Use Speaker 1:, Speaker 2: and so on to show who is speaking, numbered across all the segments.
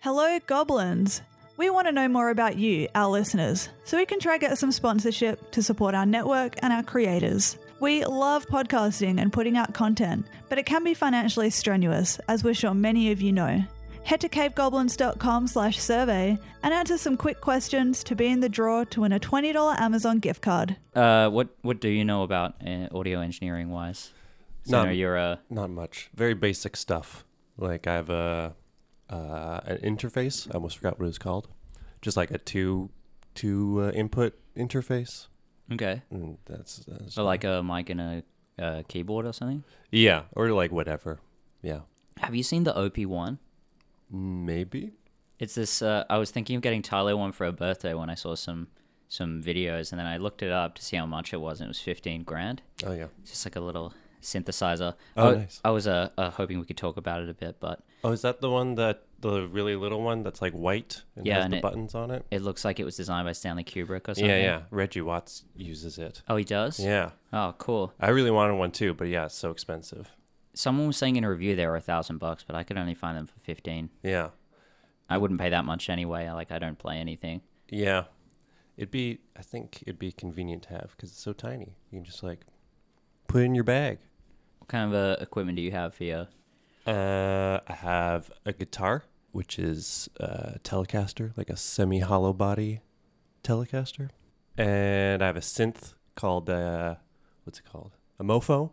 Speaker 1: Hello, goblins. We want to know more about you, our listeners, so we can try get some sponsorship to support our network and our creators. We love podcasting and putting out content, but it can be financially strenuous, as we're sure many of you know. Head to cavegoblins.com slash survey and answer some quick questions to be in the draw to win a $20 Amazon gift card.
Speaker 2: Uh, what what do you know about uh, audio engineering wise? So I
Speaker 3: None.
Speaker 2: know you're a
Speaker 3: Not much. Very basic stuff. Like I have a uh, an interface. I almost forgot what it was called. Just like a two two uh, input interface.
Speaker 2: okay,
Speaker 3: Mm, that's, that's
Speaker 2: so like a mic and a, uh keyboard or something.
Speaker 3: yeah, or like whatever. Yeah,
Speaker 2: Have you seen the OP one?
Speaker 3: maybe.
Speaker 2: It's this. Uh, I was thinking of getting Tyler one for her birthday when I saw some some videos, and then I looked it up to see how much it was, and it was fifteen grand.
Speaker 3: Oh yeah.
Speaker 2: It's just like a little synthesizer.
Speaker 3: Oh,
Speaker 2: I,
Speaker 3: nice.
Speaker 2: I was uh, uh, hoping we could talk about it a bit, but
Speaker 3: Oh, is that the one that the really little one that's like white and
Speaker 2: Yeah,
Speaker 3: has
Speaker 2: and
Speaker 3: the
Speaker 2: it-
Speaker 3: buttons on it?
Speaker 2: it looks like it was designed by Stanley Kubrick or something.
Speaker 3: Yeah, yeah. Reggie Watts uses it.
Speaker 2: Oh, he does.
Speaker 3: Yeah,
Speaker 2: Oh, cool.
Speaker 3: I really wanted one too, but yeah, it's so expensive.
Speaker 2: Someone was saying in a review they were a thousand bucks, but I could only find them for fifteen.
Speaker 3: Yeah,
Speaker 2: I wouldn't pay that much anyway. I, Like I don't play anything.
Speaker 3: yeah. It'd be, I think it'd be convenient to have because it's so tiny. You can just like put it in your bag.
Speaker 2: What kind of uh, equipment do you have for your?
Speaker 3: Uh, I have a guitar, which is a Telecaster, like a semi hollow body Telecaster. And I have a synth called, uh, what's it called? A Mofo.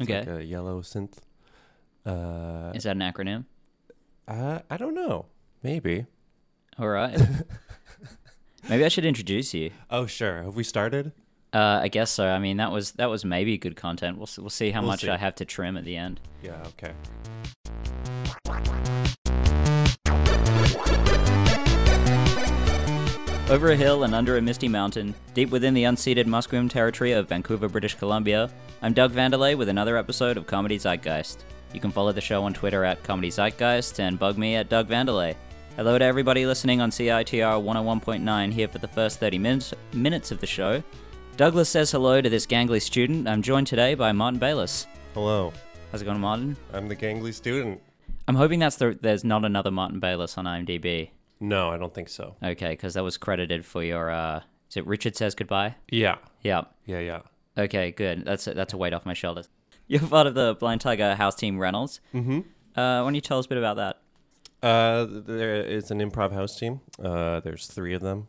Speaker 3: It's
Speaker 2: Okay,
Speaker 3: Like a yellow synth. Uh,
Speaker 2: is that an acronym?
Speaker 3: I, I don't know. Maybe.
Speaker 2: All right. Maybe I should introduce you.
Speaker 3: Oh, sure. Have we started?
Speaker 2: Uh, I guess so. I mean, that was that was maybe good content. We'll s- we'll see how
Speaker 3: We'll
Speaker 2: much
Speaker 3: see.
Speaker 2: I have to trim at the end.
Speaker 3: Yeah, okay.
Speaker 2: Over a hill and under a misty mountain, deep within the unceded Musqueam territory of Vancouver, British Columbia, I'm Doug Vanderlei with another episode of Comedy Zeitgeist. You can follow the show on Twitter at Comedy Zeitgeist and bug me at Doug Vanderlei. Hello to everybody listening on CITR 101.9 here for the first 30 minutes, minutes of the show. Douglas says hello to this gangly student. I'm joined today by Martin Bayless.
Speaker 3: Hello.
Speaker 2: How's it going, Martin?
Speaker 3: I'm the gangly student.
Speaker 2: I'm hoping that's the, there's not another Martin Bayless on IMDb.
Speaker 3: No, I don't think so.
Speaker 2: Okay, because that was credited for your. Uh, is it Richard says goodbye?
Speaker 3: Yeah.
Speaker 2: Yeah.
Speaker 3: Yeah, yeah.
Speaker 2: Okay, good. That's a, that's a weight off my shoulders. You're part of the Blind Tiger House Team Reynolds. Mm-hmm. Uh, why don't you tell us a bit about that?
Speaker 3: Uh, there is an improv house team. Uh, there's three of them.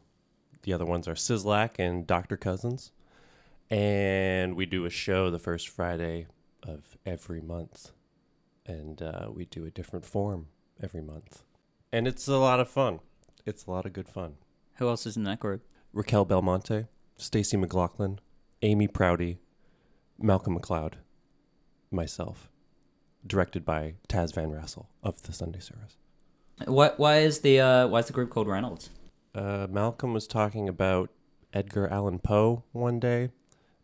Speaker 3: The other ones are Sizzlack and Doctor Cousins, and we do a show the first Friday of every month, and uh, we do a different form every month, and it's a lot of fun. It's a lot of good fun.
Speaker 2: Who else is in that group?
Speaker 3: Raquel Belmonte, Stacy McLaughlin, Amy Prouty, Malcolm McLeod, myself, directed by Taz Van Rassel of the Sunday Service.
Speaker 2: Why, why is the uh, why is the group called Reynolds?
Speaker 3: uh, Malcolm was talking about Edgar Allan Poe one day,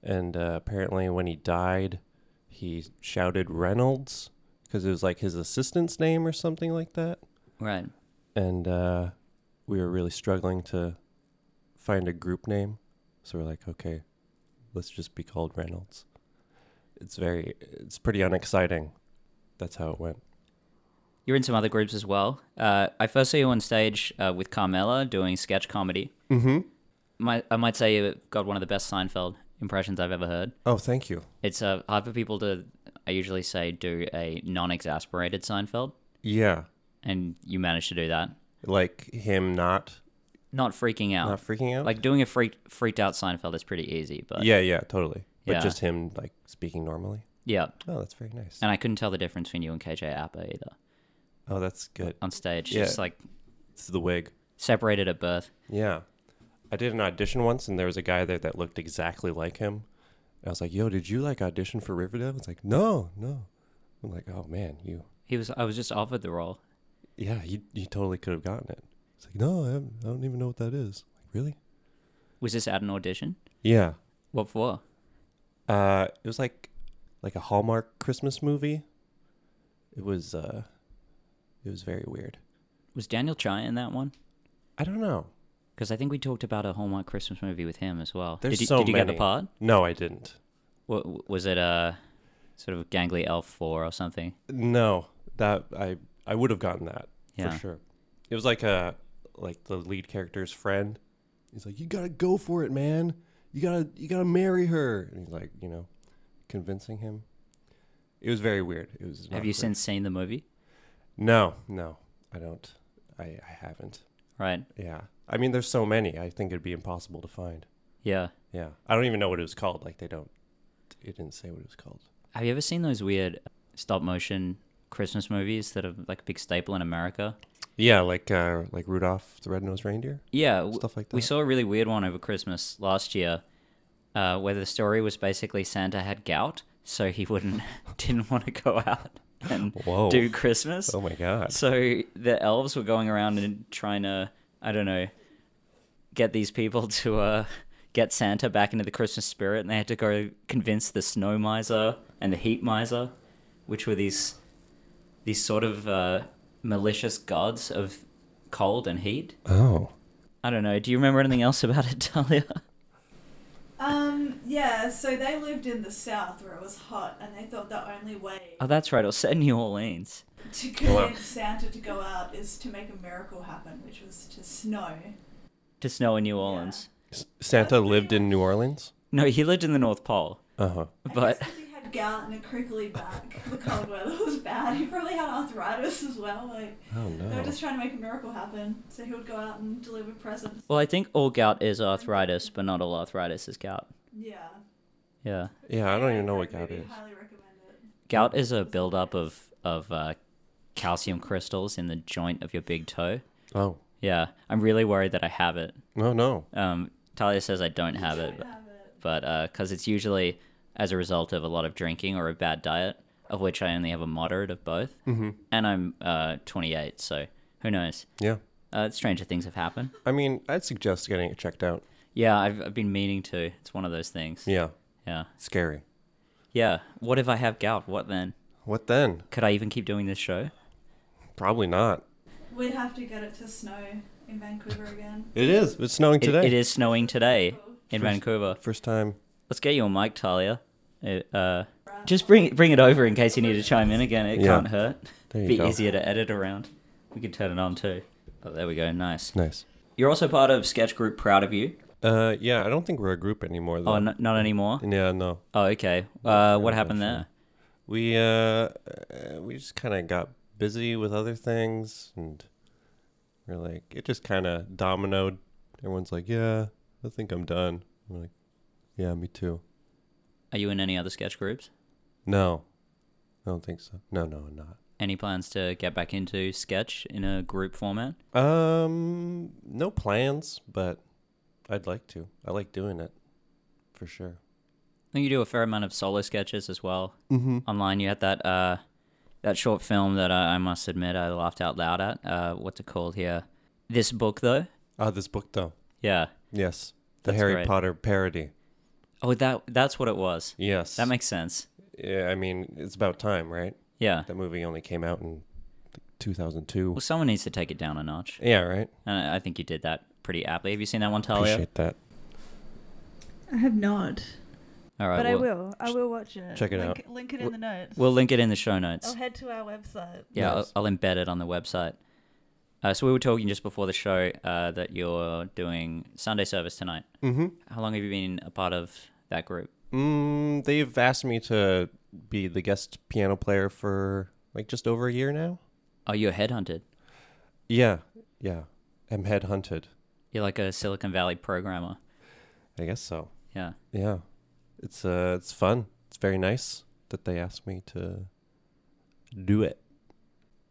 Speaker 3: and uh, apparently when he died, he shouted Reynolds because it was like his assistant's name or something like that.
Speaker 2: Right.
Speaker 3: And uh, we were really struggling to find a group name, so we're like, okay, let's just be called Reynolds. It's very, it's pretty unexciting. That's how it went.
Speaker 2: You're in some other groups as well. Uh, I first saw you on stage uh, with Carmela doing sketch comedy.
Speaker 3: Mm-hmm.
Speaker 2: Might, I might say you got one of the best Seinfeld impressions I've ever heard.
Speaker 3: Oh, thank you.
Speaker 2: It's uh, hard for people to. I usually say do a non-exasperated Seinfeld,
Speaker 3: Yeah,
Speaker 2: and you managed to do that.
Speaker 3: like him not
Speaker 2: Not freaking out.
Speaker 3: not freaking out.
Speaker 2: like doing a freak, freaked out Seinfeld is pretty easy, but yeah.
Speaker 3: Yeah, yeah, totally. But
Speaker 2: Yeah.
Speaker 3: just him like speaking normally. Oh, that's very nice.
Speaker 2: And I couldn't tell the difference between you and KJ Appa either
Speaker 3: Oh, that's good.
Speaker 2: on stage.
Speaker 3: Yeah.
Speaker 2: Just like
Speaker 3: It's the wig.
Speaker 2: separated at birth.
Speaker 3: Yeah. I did an audition once and there was a guy there that looked exactly like him. And I was like, "Yo, did you like audition for Riverdale?" It's like, "No, no." I'm like, "Oh man, you
Speaker 2: He was. I was just offered the role.
Speaker 3: Yeah, you you totally could have gotten it." It's like, "No, I, haven't- I don't even know what that is." Like, "Really?"
Speaker 2: Was this at an audition?
Speaker 3: Yeah.
Speaker 2: What for?
Speaker 3: Uh, it was like like a Hallmark Christmas movie. It was uh it was very weird.
Speaker 2: Was Daniel Chai in that one?
Speaker 3: I don't know.
Speaker 2: Because I think we talked about a Hallmark Christmas movie with him as well.
Speaker 3: There's
Speaker 2: did you,
Speaker 3: so
Speaker 2: did you get the
Speaker 3: many.
Speaker 2: part?
Speaker 3: No, I didn't.
Speaker 2: Wa- Was it a sort of gangly elf four or something?
Speaker 3: No, that I I would have gotten that
Speaker 2: Yeah.
Speaker 3: for sure. It was like a like the lead character's friend. He's like, "You gotta go for it, man. You gotta you gotta marry her." And he's like, you know, convincing him. It was very weird. It was.
Speaker 2: Have you
Speaker 3: awkward.
Speaker 2: since seen the movie?
Speaker 3: No, no, I don't. I, I haven't.
Speaker 2: Right.
Speaker 3: Yeah. I mean, there's so many. I think it'd be impossible to find.
Speaker 2: Yeah.
Speaker 3: Yeah. I don't even know what it was called. Like they don't. It didn't say what it was called.
Speaker 2: Have you ever seen those weird stop motion Christmas movies that are like a big staple in America?
Speaker 3: Yeah, like uh, like Rudolph the Red-Nosed Reindeer.
Speaker 2: Yeah, w-
Speaker 3: Stuff like
Speaker 2: We
Speaker 3: that.
Speaker 2: saw a really weird one over Christmas last year, uh, where the story was basically Santa had gout, so he wouldn't didn't want to go out and
Speaker 3: Whoa.
Speaker 2: do Christmas.
Speaker 3: Oh my god.
Speaker 2: So the elves were going around and trying to, I don't know, get these people to uh, get Santa back into the Christmas spirit, and they had to go convince the snow miser and the heat miser, which were these these sort of uh, malicious gods of cold and heat.
Speaker 3: Oh.
Speaker 2: I don't know. Do you remember anything else about it, Talia?
Speaker 1: Um, yeah, so they lived in the south where it was hot, and they thought the only way
Speaker 2: Oh, that's right. It was set in New Orleans.
Speaker 1: to
Speaker 3: um,
Speaker 1: convince Santa to go out is to make a miracle happen, which was to snow.
Speaker 2: To snow in New Orleans.
Speaker 3: S- Santa lived in New Orleans.
Speaker 2: No, he lived in the North Pole.
Speaker 3: Uh huh.
Speaker 2: But
Speaker 1: Because he had gout and a crinkly back, the cold weather was bad. He probably had arthritis as well. Like
Speaker 3: Oh
Speaker 1: they were
Speaker 3: no.
Speaker 1: just trying to make a miracle happen, so he would go out and deliver presents.
Speaker 2: well, I think all gout is arthritis, but not all arthritis is gout.
Speaker 1: Yeah.
Speaker 2: Yeah,
Speaker 3: Yeah, I don't even know what
Speaker 1: Great
Speaker 3: God
Speaker 1: movie,
Speaker 3: is.
Speaker 1: Highly recommend it.
Speaker 2: gout is a buildup of of uh, calcium crystals in the joint of your big toe.
Speaker 3: Oh.
Speaker 2: Yeah, I'm really worried that I have it.
Speaker 3: No, no.
Speaker 2: Um, Talia says I don't have it, but-
Speaker 1: Have it.
Speaker 2: but because it's usually as a result of a lot of drinking or a bad diet, of which I only have a moderate of both, mm-hmm. and I'm uh, 28, so who knows?
Speaker 3: Yeah.
Speaker 2: Uh, stranger things have happened.
Speaker 3: I mean, I'd suggest getting it checked out.
Speaker 2: Yeah, I've, I've been meaning to. It's one of those things.
Speaker 3: Yeah.
Speaker 2: yeah.
Speaker 3: Scary.
Speaker 2: Yeah. What if I have gout? What then?
Speaker 3: What then?
Speaker 2: Could I even keep doing this show?
Speaker 3: Probably not.
Speaker 1: We'd have to get it to snow in Vancouver again.
Speaker 3: It is. It's snowing
Speaker 2: It,
Speaker 3: today.
Speaker 2: it is snowing today in Vancouver.
Speaker 3: First time.
Speaker 2: Let's get you on mic, Talia. It, uh, just bring bring it over in case you need to chime in again. It
Speaker 3: Yeah.
Speaker 2: can't hurt.
Speaker 3: There you
Speaker 2: Be
Speaker 3: go.
Speaker 2: easier to edit around. We can turn it on too. Oh, there we go. Nice.
Speaker 3: Nice.
Speaker 2: You're also part of sketch group Proud of You.
Speaker 3: Uh, yeah. I don't think we're a group anymore though.
Speaker 2: Oh, n- not anymore.
Speaker 3: yeah, no.
Speaker 2: Oh, okay. Uh, what
Speaker 3: Yeah,
Speaker 2: happened
Speaker 3: sure.
Speaker 2: there?
Speaker 3: We uh, uh, we just kind of got busy with other things, and we're like, it just kind of dominoed. Everyone's like, yeah, I think I'm done. I'm like, yeah, me too.
Speaker 2: Are you in any other sketch groups?
Speaker 3: No, I don't think so. No, no, I'm not.
Speaker 2: Any plans to get back into sketch in a group format?
Speaker 3: Um, no plans, but I'd like to. I like doing it for sure.
Speaker 2: I think you do a fair amount of solo sketches as well
Speaker 3: Mm-hmm.
Speaker 2: online. You had that uh, that short film that I, I must admit I laughed out loud at. Uh, what's it called here? This book though.
Speaker 3: Ah, this book though.
Speaker 2: Yeah.
Speaker 3: Yes, the
Speaker 2: That's
Speaker 3: Harry
Speaker 2: great.
Speaker 3: Potter parody.
Speaker 2: Oh, that that's what it was.
Speaker 3: Yes,
Speaker 2: That makes sense.
Speaker 3: Yeah, I mean, it's about time, right?
Speaker 2: Yeah.
Speaker 3: That movie only came out in like, 2002.
Speaker 2: Well, someone needs to take it down a notch,
Speaker 3: Yeah, right.
Speaker 2: and I I think you did that pretty aptly. Have you seen that one, Talia?
Speaker 3: Appreciate that.
Speaker 1: I have not.
Speaker 2: All right.
Speaker 1: But I
Speaker 2: we'll,
Speaker 1: will. I will watch it.
Speaker 3: Check it
Speaker 1: link,
Speaker 3: out.
Speaker 1: Link it in the notes.
Speaker 2: We'll link it in the show notes.
Speaker 1: I'll head to our website.
Speaker 2: Yeah,
Speaker 3: Nice.
Speaker 2: I'll, I'll embed it on the website. Uh, so we were talking just before the show uh, that you're doing Sunday service tonight.
Speaker 3: Mm-hmm.
Speaker 2: How long have you been a part of that group?
Speaker 3: Mm, they've asked me to be the guest piano player for like just over a year now.
Speaker 2: Oh, you're headhunted.
Speaker 3: Yeah, yeah. I'm headhunted.
Speaker 2: You're like a Silicon Valley programmer.
Speaker 3: I guess so.
Speaker 2: Yeah.
Speaker 3: Yeah, it's uh, it's fun. It's very nice that they asked me to do it.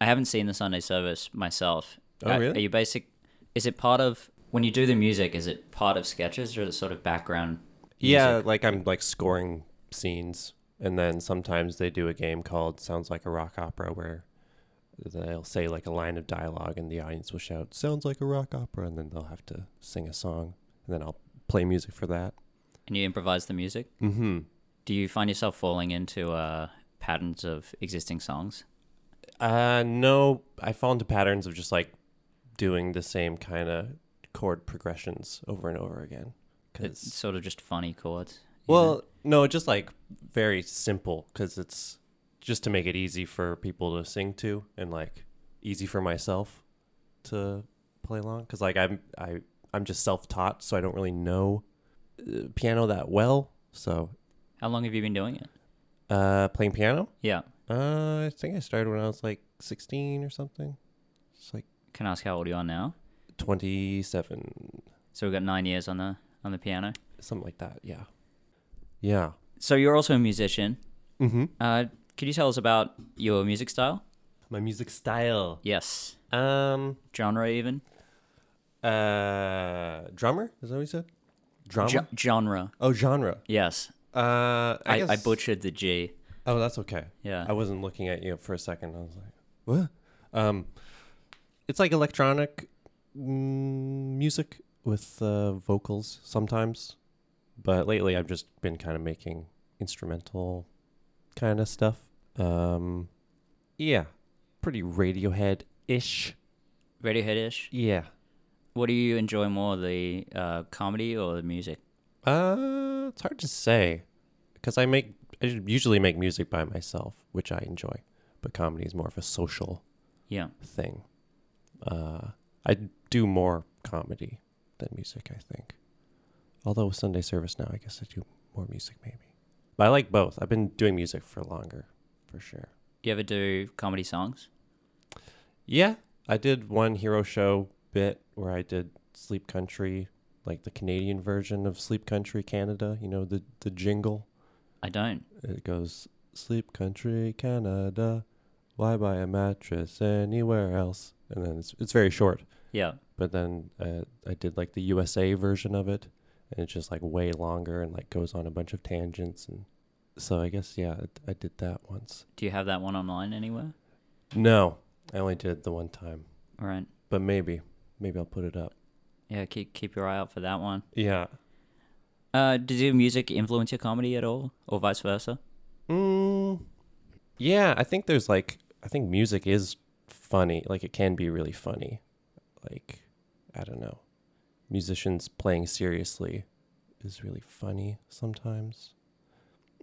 Speaker 2: I haven't seen the Sunday service myself.
Speaker 3: Oh,
Speaker 2: Are-
Speaker 3: really?
Speaker 2: Are you basic? Is it part of when you do the music? Is it part of sketches or is it sort of background?
Speaker 3: Yeah,
Speaker 2: music?
Speaker 3: like I'm like scoring scenes, and then sometimes they do a game called "Sounds Like a Rock Opera," where they'll say like a line of dialogue, and the audience will shout "Sounds like a rock opera," and then they'll have to sing a song, and then I'll play music for that.
Speaker 2: And you improvise the music.
Speaker 3: Mm-hmm.
Speaker 2: Do you find yourself falling into uh, patterns of existing songs?
Speaker 3: Uh, no, I fall into patterns of just like doing the same kind of chord progressions over and over again.
Speaker 2: It's
Speaker 3: Because
Speaker 2: sort of just funny chords. you know?
Speaker 3: well, no, just like very simple because it's just to make it easy for people to sing to and like easy for myself. to play along because like I'm I I'm just self taught, so I don't really know uh, piano that well. So
Speaker 2: How long have you been doing it?
Speaker 3: uh, playing piano,
Speaker 2: Yeah.
Speaker 3: uh, I think I started when I was like 16 or something. It's like
Speaker 2: Can I ask how old you are now?
Speaker 3: 27,
Speaker 2: So we've got nine years on the on the piano.
Speaker 3: something like that. Yeah, yeah.
Speaker 2: So you're also a musician.
Speaker 3: Mm-hmm.
Speaker 2: Uh, could you tell us about your music style?
Speaker 3: My music style.
Speaker 2: Yes.
Speaker 3: Um,
Speaker 2: Genre even?
Speaker 3: uh, drummer is that what you said? Drama.
Speaker 2: Ge- genre.
Speaker 3: oh, genre.
Speaker 2: Yes.
Speaker 3: Uh, I,
Speaker 2: I, I,
Speaker 3: guess-
Speaker 2: butchered the G.
Speaker 3: Oh, that's okay.
Speaker 2: Yeah.
Speaker 3: I wasn't looking at you for a second. I was like, what? Um, it's like electronic mm, music with uh, vocals sometimes, but lately I've just been kind of making instrumental kind of stuff. Um, yeah, pretty Radiohead ish.
Speaker 2: Radiohead-ish.
Speaker 3: Yeah.
Speaker 2: What do you enjoy more, the uh, comedy or the music?
Speaker 3: Uh, it's hard to say because I make I usually make music by myself, which I enjoy, but comedy is more of a social
Speaker 2: Yeah.
Speaker 3: thing. Uh, I do more comedy than music, I think. Although with Sunday service now, I guess I do more music maybe. But I like both. I've been doing music for longer, for sure.
Speaker 2: You ever do comedy songs?
Speaker 3: Yeah, I did one hero show bit where I did Sleep Country, like the Canadian version of Sleep Country Canada. You know the the jingle.
Speaker 2: I don't.
Speaker 3: It goes Sleep Country Canada. Why buy a mattress anywhere else? And then it's it's very short.
Speaker 2: Yeah.
Speaker 3: but then uh, I did like the USA version of it, and it's just like way longer and like goes on a bunch of tangents, and so I guess yeah, I, I did that once.
Speaker 2: Do you have that one online anywhere?
Speaker 3: No, I only did it the one time,
Speaker 2: All right.
Speaker 3: but maybe maybe I'll put it up.
Speaker 2: Yeah, keep keep your eye out for that one.
Speaker 3: Yeah.
Speaker 2: Uh, did your music influence your comedy at all, or vice versa?
Speaker 3: Mm, yeah, I think there's like I think music is funny. Like it can be really funny. Like I don't know, musicians playing seriously is really funny sometimes.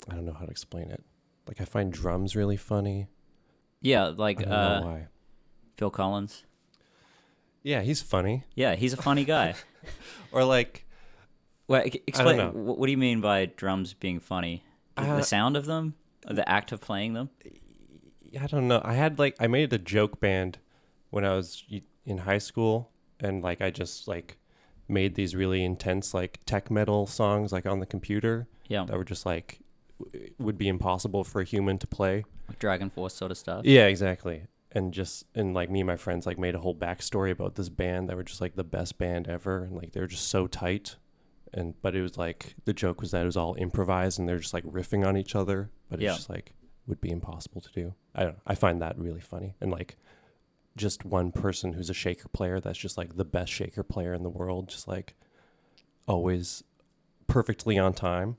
Speaker 3: I don't know how to explain it. Like I find drums really funny.
Speaker 2: Yeah,
Speaker 3: I
Speaker 2: like
Speaker 3: don't know
Speaker 2: uh,
Speaker 3: why.
Speaker 2: Phil Collins.
Speaker 3: Yeah, he's funny.
Speaker 2: Yeah, he's a funny guy.
Speaker 3: Or like
Speaker 2: Wait, e- explain.
Speaker 3: know.
Speaker 2: wh- What do you mean by drums being funny? The-
Speaker 3: Uh,
Speaker 2: the sound of them, Or the act of playing them.
Speaker 3: I don't know. I had like I made a joke band when I was y- in high school, and like I just like made these really intense like tech metal songs like on the computer
Speaker 2: Yeah,
Speaker 3: that were just like w- would be impossible for a human to play.
Speaker 2: like Dragon Force sort of stuff.
Speaker 3: Yeah, exactly. And just and like me and my friends like made a whole backstory about this band that were just like the best band ever, and like they were just so tight. And but it was like the joke was that it was all improvised, and they're just like riffing on each other. But it's
Speaker 2: Yeah.
Speaker 3: just like would be impossible to do. I don't. I find that really funny, and like just one person who's a shaker player that's just like the best shaker player in the world, just like always perfectly on time.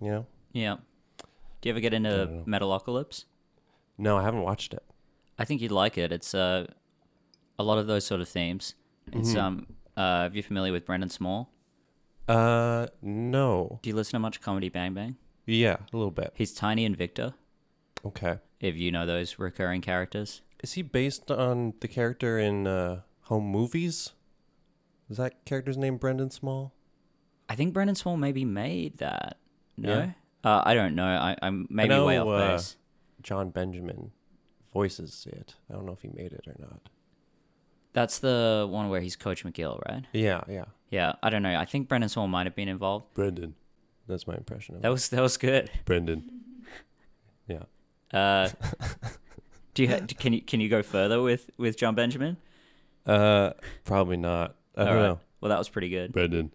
Speaker 3: You know?
Speaker 2: Yeah. Do you ever get into
Speaker 3: Dunno.
Speaker 2: Metalocalypse?
Speaker 3: No, I haven't watched it.
Speaker 2: I think you'd like it. It's uh, a lot of those sort of themes. It's
Speaker 3: Mm-hmm.
Speaker 2: um, uh, are you familiar with Brendan Small?
Speaker 3: Uh, no.
Speaker 2: Do you listen to much comedy Bang Bang?
Speaker 3: Yeah, a little bit.
Speaker 2: He's Tiny and Victor.
Speaker 3: Okay.
Speaker 2: If you know those recurring characters,
Speaker 3: Is he based on the character in uh, Home Movies? Is that character's name Brendan Small?
Speaker 2: I think Brendan Small maybe made that. No, uh, I don't know. I, I'm maybe way
Speaker 3: know,
Speaker 2: off
Speaker 3: uh,
Speaker 2: base.
Speaker 3: John Benjamin voices it. I don't know if he made it or not.
Speaker 2: That's the one where he's Coach McGill, right?
Speaker 3: Yeah, yeah.
Speaker 2: Yeah, I don't know. I think Brendan Small might have been involved.
Speaker 3: Brendan. That's my impression of
Speaker 2: That was that was good.
Speaker 3: Brendan. Yeah.
Speaker 2: Uh, do you ha- can you can you go further with with John Benjamin?
Speaker 3: Uh, probably not. I don't
Speaker 2: Alright.
Speaker 3: know.
Speaker 2: Well, that was pretty good.
Speaker 3: Brendan.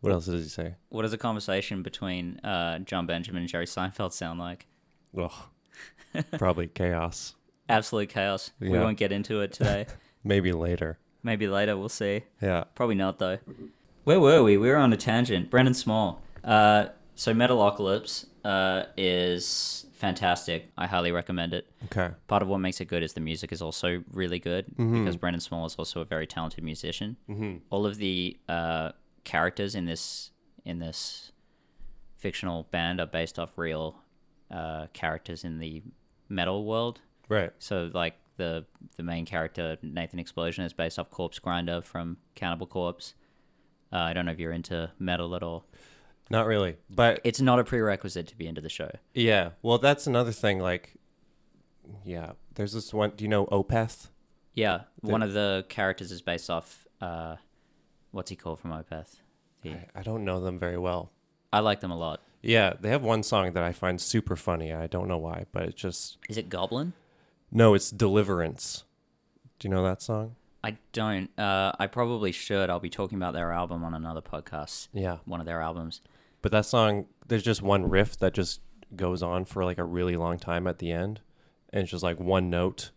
Speaker 3: What else does he say?
Speaker 2: What does a conversation between uh, John Benjamin and Jerry Seinfeld sound like?
Speaker 3: Ugh. probably chaos.
Speaker 2: Absolute chaos. We
Speaker 3: Yeah.
Speaker 2: won't get into it today.
Speaker 3: Maybe later.
Speaker 2: Maybe later we'll see.
Speaker 3: Yeah.
Speaker 2: Probably not though. Where were we? We were on a tangent. Brendan Small. Uh, so Metalocalypse uh, is fantastic. I highly recommend it.
Speaker 3: Okay.
Speaker 2: Part of what makes it good is the music is also really good because Brendan Small is also a very talented musician. Mm-hmm. All of the uh, characters in this in this fictional band are based off real uh, characters in the metal world.
Speaker 3: Right.
Speaker 2: So like the the main character Nathan Explosion is based off Corpse Grinder from Cannibal Corpse. Uh, I don't know if you're into metal at all.
Speaker 3: Not really, but
Speaker 2: It's not a prerequisite to be into the show.
Speaker 3: yeah. Well, that's another thing. Like, yeah, there's this one. Do you know Opeth?
Speaker 2: Yeah, one of the characters is based off uh, what's he called from Opeth. He,
Speaker 3: I- I don't know them very well.
Speaker 2: I like them a lot.
Speaker 3: Yeah, they have one song that I find super funny. I don't know why, but it just
Speaker 2: Is it Goblin?
Speaker 3: no. It's Deliverance. Do you know that song?
Speaker 2: I don't. Uh, I probably should. I'll be talking about their album on another podcast.
Speaker 3: Yeah,
Speaker 2: One of their albums.
Speaker 3: but that song there's just one riff that just goes on for like a really long time at the end, and it's just like one note,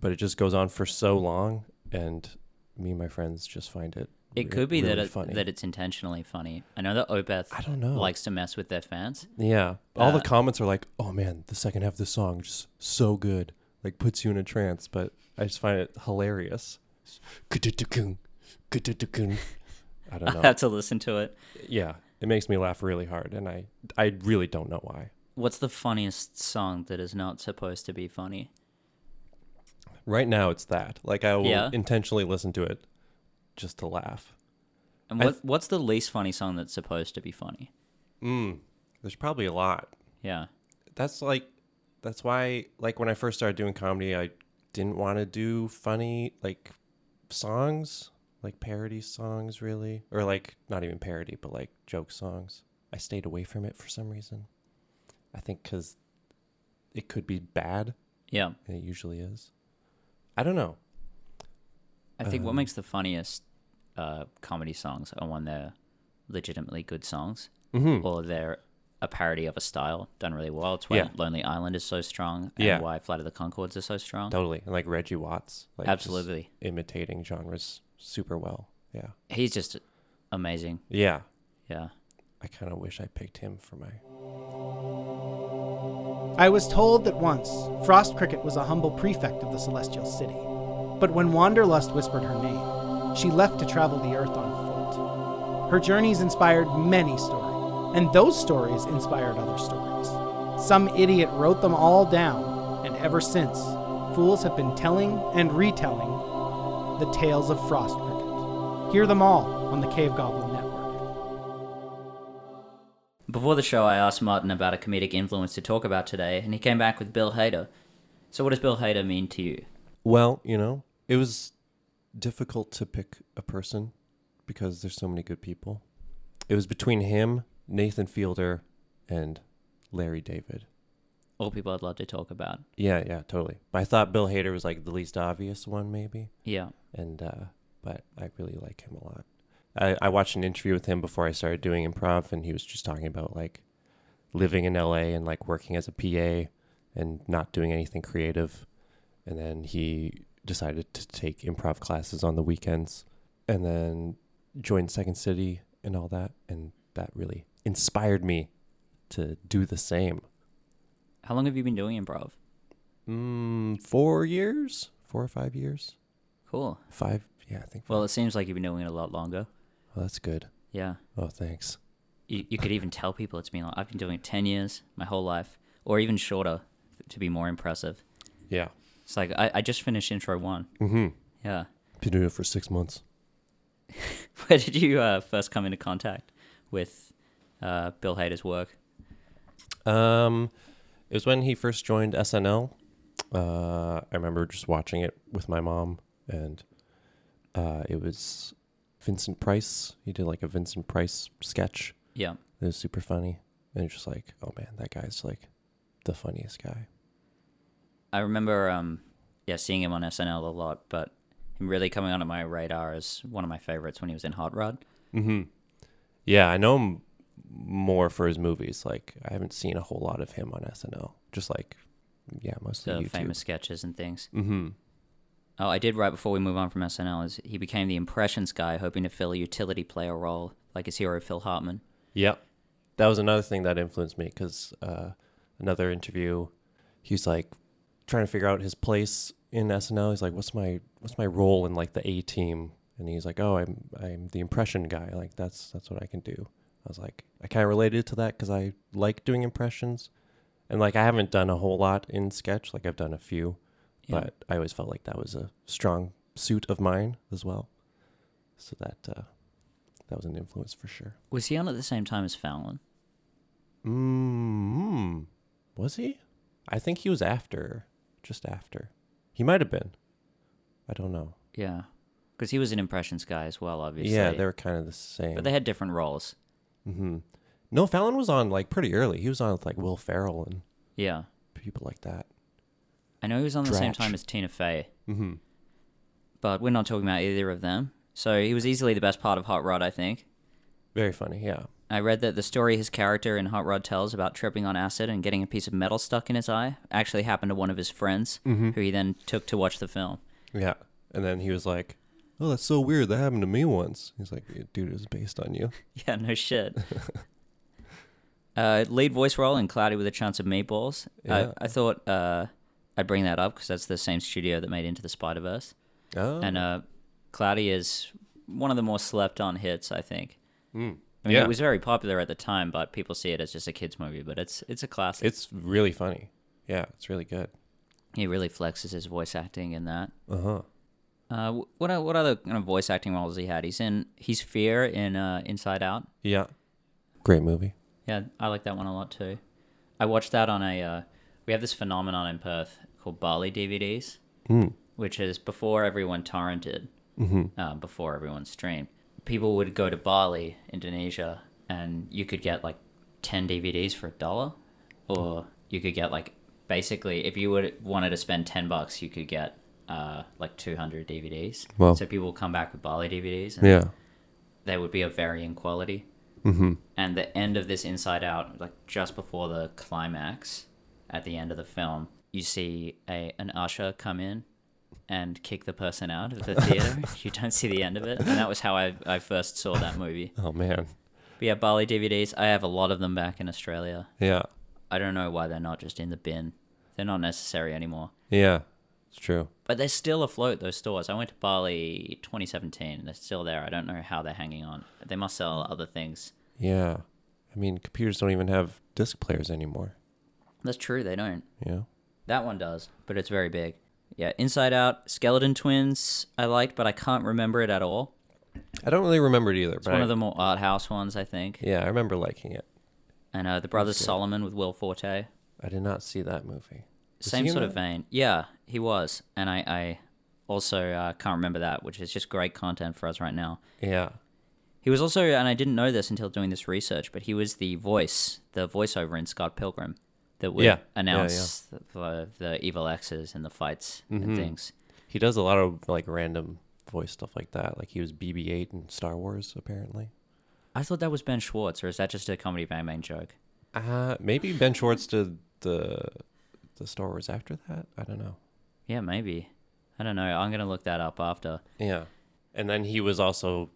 Speaker 3: but it just goes on for so long, and me and my friends just find it.
Speaker 2: It
Speaker 3: re-
Speaker 2: could be that
Speaker 3: really
Speaker 2: it,
Speaker 3: funny.
Speaker 2: that it's intentionally funny. I know that Opeth
Speaker 3: I don't know.
Speaker 2: likes to mess with their fans.
Speaker 3: Yeah. All
Speaker 2: Uh,
Speaker 3: the comments are like, "Oh man, the second half of this song is just so good. Like puts you in a trance." But I just find it hilarious. Kututukun, kututukun. I
Speaker 2: I
Speaker 3: don't know.
Speaker 2: have to listen to it.
Speaker 3: yeah, it makes me laugh really hard, and I I really don't know why.
Speaker 2: What's the funniest song that is not supposed to be funny?
Speaker 3: Right now, it's that. Like I will
Speaker 2: Yeah.
Speaker 3: intentionally listen to it just to laugh.
Speaker 2: And
Speaker 3: I
Speaker 2: what, what's the least funny song that's supposed to be funny?
Speaker 3: Mm. There's probably a lot.
Speaker 2: Yeah.
Speaker 3: That's like that's why like when I first started doing comedy, I didn't want to do funny like songs, like parody songs really, or like not even parody, but like joke songs. I stayed away from it for some reason. I think cuz it could be bad,
Speaker 2: Yeah.
Speaker 3: and it usually is. I don't know.
Speaker 2: I think what
Speaker 3: Um,
Speaker 2: makes the funniest uh, comedy songs are when they're legitimately good songs
Speaker 3: Mhm.
Speaker 2: or they're a parody of a style done really well. It's why
Speaker 3: Yeah.
Speaker 2: Lonely Island is so strong and
Speaker 3: Yeah.
Speaker 2: why Flight of the Concords is so strong.
Speaker 3: Totally. And like Reggie Watts, like just
Speaker 2: Absolutely.
Speaker 3: imitating genres super well. Yeah.
Speaker 2: He's just amazing.
Speaker 3: Yeah.
Speaker 2: Yeah.
Speaker 3: I kind of wish I picked him for my
Speaker 4: I was told that once Frost Cricket was a humble prefect of the Celestial City, but when Wanderlust whispered her name, she left to travel the earth on foot. Her journeys inspired many stories, and those stories inspired other stories. Some idiot wrote them all down, and ever since, fools have been telling and retelling the tales of Frost Cricket. Hear them all on the Cave Goblin Network.
Speaker 2: Before the show, I asked Martin about a comedic influence to talk about today, and he came back with Bill Hader. So, what does Bill Hader mean to you?
Speaker 3: Well, you know, it was difficult to pick a person because there's so many good people. It was between him, Nathan Fielder, and Larry David.
Speaker 2: All people I'd love to talk about.
Speaker 3: Yeah, yeah, totally. But I thought Bill Hader was like the least obvious one, maybe.
Speaker 2: Yeah.
Speaker 3: And uh, but I really like him a lot. I, I watched an interview with him before I started doing improv, and he was just talking about like living in LA and like working as a PA and not doing anything creative. And then he decided to take improv classes on the weekends and then joined Second City and all that. And that really inspired me to do the same.
Speaker 2: How long have you been doing improv?
Speaker 3: Mm, four years? Four or five years?
Speaker 2: Cool.
Speaker 3: Five? Yeah, I think.
Speaker 2: Well, it seems like you've been doing it a lot longer.
Speaker 3: Well, that's good.
Speaker 2: Yeah.
Speaker 3: Oh, thanks.
Speaker 2: You, you could even tell people it's been like, I've been doing it 10 years, my whole life, or even shorter to be more impressive.
Speaker 3: Yeah.
Speaker 2: It's like, I, I just finished intro one.
Speaker 3: Mm-hmm.
Speaker 2: Yeah.
Speaker 3: Been doing it for six months.
Speaker 2: Where did you uh, first come into contact with uh, Bill Hader's work?
Speaker 3: Um, it was when he first joined SNL. Uh, I remember just watching it with my mom, and uh, it was Vincent Price. He did like a Vincent Price sketch.
Speaker 2: Yeah.
Speaker 3: It was super funny, and it's just like, oh man, that guy's like the funniest guy.
Speaker 2: I remember, um, yeah, seeing him on SNL a lot, but him really coming onto my radar as one of my favorites when he was in Hot Rod.
Speaker 3: Mm-hmm. Yeah, I know him more for his movies. Like, I haven't seen a whole lot of him on SNL. Just like, yeah, mostly
Speaker 2: The
Speaker 3: YouTube.
Speaker 2: famous sketches and things.
Speaker 3: Mm-hmm.
Speaker 2: Oh, I did right before we move on from SNL is he became the impressions guy, hoping to fill a utility player role like his hero Phil Hartman.
Speaker 3: Yep. That was another thing that influenced me because uh, another interview, he's like trying to figure out his place in SNL. He's like, "What's my what's my role in like the A team?" And he's like, "Oh, I'm I'm the impression guy. Like that's that's what I can do." I was like, I kind of related to that because I like doing impressions, and like I haven't done a whole lot in sketch. Like I've done a few,
Speaker 2: Yeah.
Speaker 3: But I always felt like that was a strong suit of mine as well. So that uh, that was an influence for sure.
Speaker 2: Was he on at the same time as Fallon?
Speaker 3: Mm, was he? I think he was after, just after. He might have been. I don't know.
Speaker 2: Yeah, because he was an impressions guy as well, obviously.
Speaker 3: yeah, they were kind of the same.
Speaker 2: but they had different roles.
Speaker 3: hmm No, Fallon was on like pretty early. He was on with like Will Ferrell and
Speaker 2: Yeah,
Speaker 3: people like that.
Speaker 2: I know he was on the same
Speaker 3: Dratch.
Speaker 2: time as Tina Fey,
Speaker 3: Mm-hmm.
Speaker 2: but we're not talking about either of them. So he was easily the best part of Hot Rod, I think.
Speaker 3: Very funny. Yeah.
Speaker 2: I read that the story his character in Hot Rod tells about tripping on acid and getting a piece of metal stuck in his eye actually happened to one of his friends,
Speaker 3: Mm-hmm.
Speaker 2: who he then took to watch the film.
Speaker 3: Yeah. And then he was like, "Oh, that's so weird. That happened to me once." He's like, "Yeah, "Dude, it was based on you."
Speaker 2: Yeah, no shit. uh, lead voice role in Cloudy with a Chance of Meatballs.
Speaker 3: Yeah.
Speaker 2: I, I thought uh, I'd bring that up because that's the same studio that made Into the Spider Verse.
Speaker 3: Oh.
Speaker 2: And uh, Cloudy is one of the more slept on hits, I think.
Speaker 3: Oh. Mm.
Speaker 2: I mean,
Speaker 3: Yeah.
Speaker 2: it was very popular at the time, but people see it as just a kids' movie. But it's it's a classic.
Speaker 3: it's really funny. Yeah, it's really good.
Speaker 2: he really flexes his voice acting in that.
Speaker 3: Uh huh.
Speaker 2: Uh, wh- what o- what other kind of voice acting roles he had? He's in he's Fear in uh, Inside Out.
Speaker 3: Yeah. Great movie.
Speaker 2: Yeah, I like that one a lot too. I watched that on a. Uh, we have this phenomenon in Perth called Bali DVDs,
Speaker 3: Hmm.
Speaker 2: which is before everyone torrented,
Speaker 3: Mm-hmm.
Speaker 2: uh, before everyone streamed. People would go to Bali, Indonesia, and you could get like ten DVDs for a dollar, or you could get like basically if you would wanted to spend ten bucks, you could get uh, like two hundred DVDs.
Speaker 3: Wow.
Speaker 2: So people would come back with Bali DVDs, and
Speaker 3: Yeah.
Speaker 2: they would be of varying quality. Mm-hmm. And the end of this Inside Out, like just before the climax, at the end of the film, you see a an usher come in and kick the person out of the theater. you don't see the end of it, and that was how I, I first saw that movie.
Speaker 3: Oh man.
Speaker 2: But yeah, Bali DVDs. I have a lot of them back in Australia.
Speaker 3: Yeah.
Speaker 2: I don't know why they're not just in the bin. They're not necessary anymore.
Speaker 3: Yeah. It's true.
Speaker 2: But they're still afloat, those stores. I went to Bali 2017. They're still there. I don't know how they're hanging on. They must sell other things.
Speaker 3: Yeah. I mean, computers don't even have disc players anymore.
Speaker 2: That's true. They don't.
Speaker 3: You know.
Speaker 2: That one does, but it's very big. Yeah, Inside Out, Skeleton Twins. I liked, but I can't remember it at all.
Speaker 3: I don't really remember it either.
Speaker 2: It's
Speaker 3: but
Speaker 2: one
Speaker 3: I-
Speaker 2: of the more art house ones, I think.
Speaker 3: Yeah, I remember liking it.
Speaker 2: And uh, the Brothers Solomon with Will Forte.
Speaker 3: I did not see that movie. Was
Speaker 2: Same
Speaker 3: he in
Speaker 2: sort of
Speaker 3: that?
Speaker 2: vein. Yeah, he was, and I, I also uh, can't remember that, which is just great content for us right now.
Speaker 3: Yeah.
Speaker 2: He was also, and I didn't know this until doing this research, but he was the voice, the voiceover in Scott Pilgrim that would
Speaker 3: Yeah, yeah,
Speaker 2: announce The, the evil exes and the fights
Speaker 3: Mm-hmm.
Speaker 2: and things.
Speaker 3: He does a lot of like random voice stuff like that. Like he was BB-8 in Star Wars apparently.
Speaker 2: I thought that was Ben Schwartz, or is that just a comedy bang bang joke?
Speaker 3: Uh maybe Ben Schwartz did the the Star Wars after that. I don't know.
Speaker 2: Yeah, maybe. I don't know. I'm gonna look that up after.
Speaker 3: Yeah. And then he was also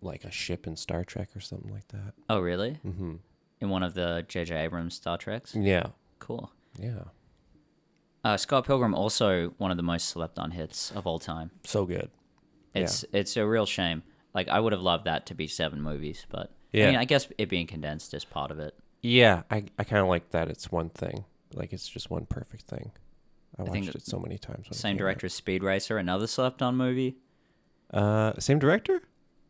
Speaker 3: like a ship in Star Trek or something like that.
Speaker 2: Oh, really? Mm-hmm. In one of the J.J. Abrams Star Treks.
Speaker 3: Yeah.
Speaker 2: Cool.
Speaker 3: Yeah.
Speaker 2: Uh, Scott Pilgrim also one of the most slept on hits of all time.
Speaker 3: So good.
Speaker 2: It's it's a real shame. Like I would have loved that to be seven movies, but I
Speaker 3: Yeah.
Speaker 2: mean, I guess it being condensed is part of it.
Speaker 3: Yeah, I, I kind of like that. It's one thing. Like it's just one perfect thing. I,
Speaker 2: think
Speaker 3: watched
Speaker 2: that-
Speaker 3: it so many times. when it
Speaker 2: Same
Speaker 3: came out.
Speaker 2: director as Speed Racer, another slept on movie.
Speaker 3: Uh, same director?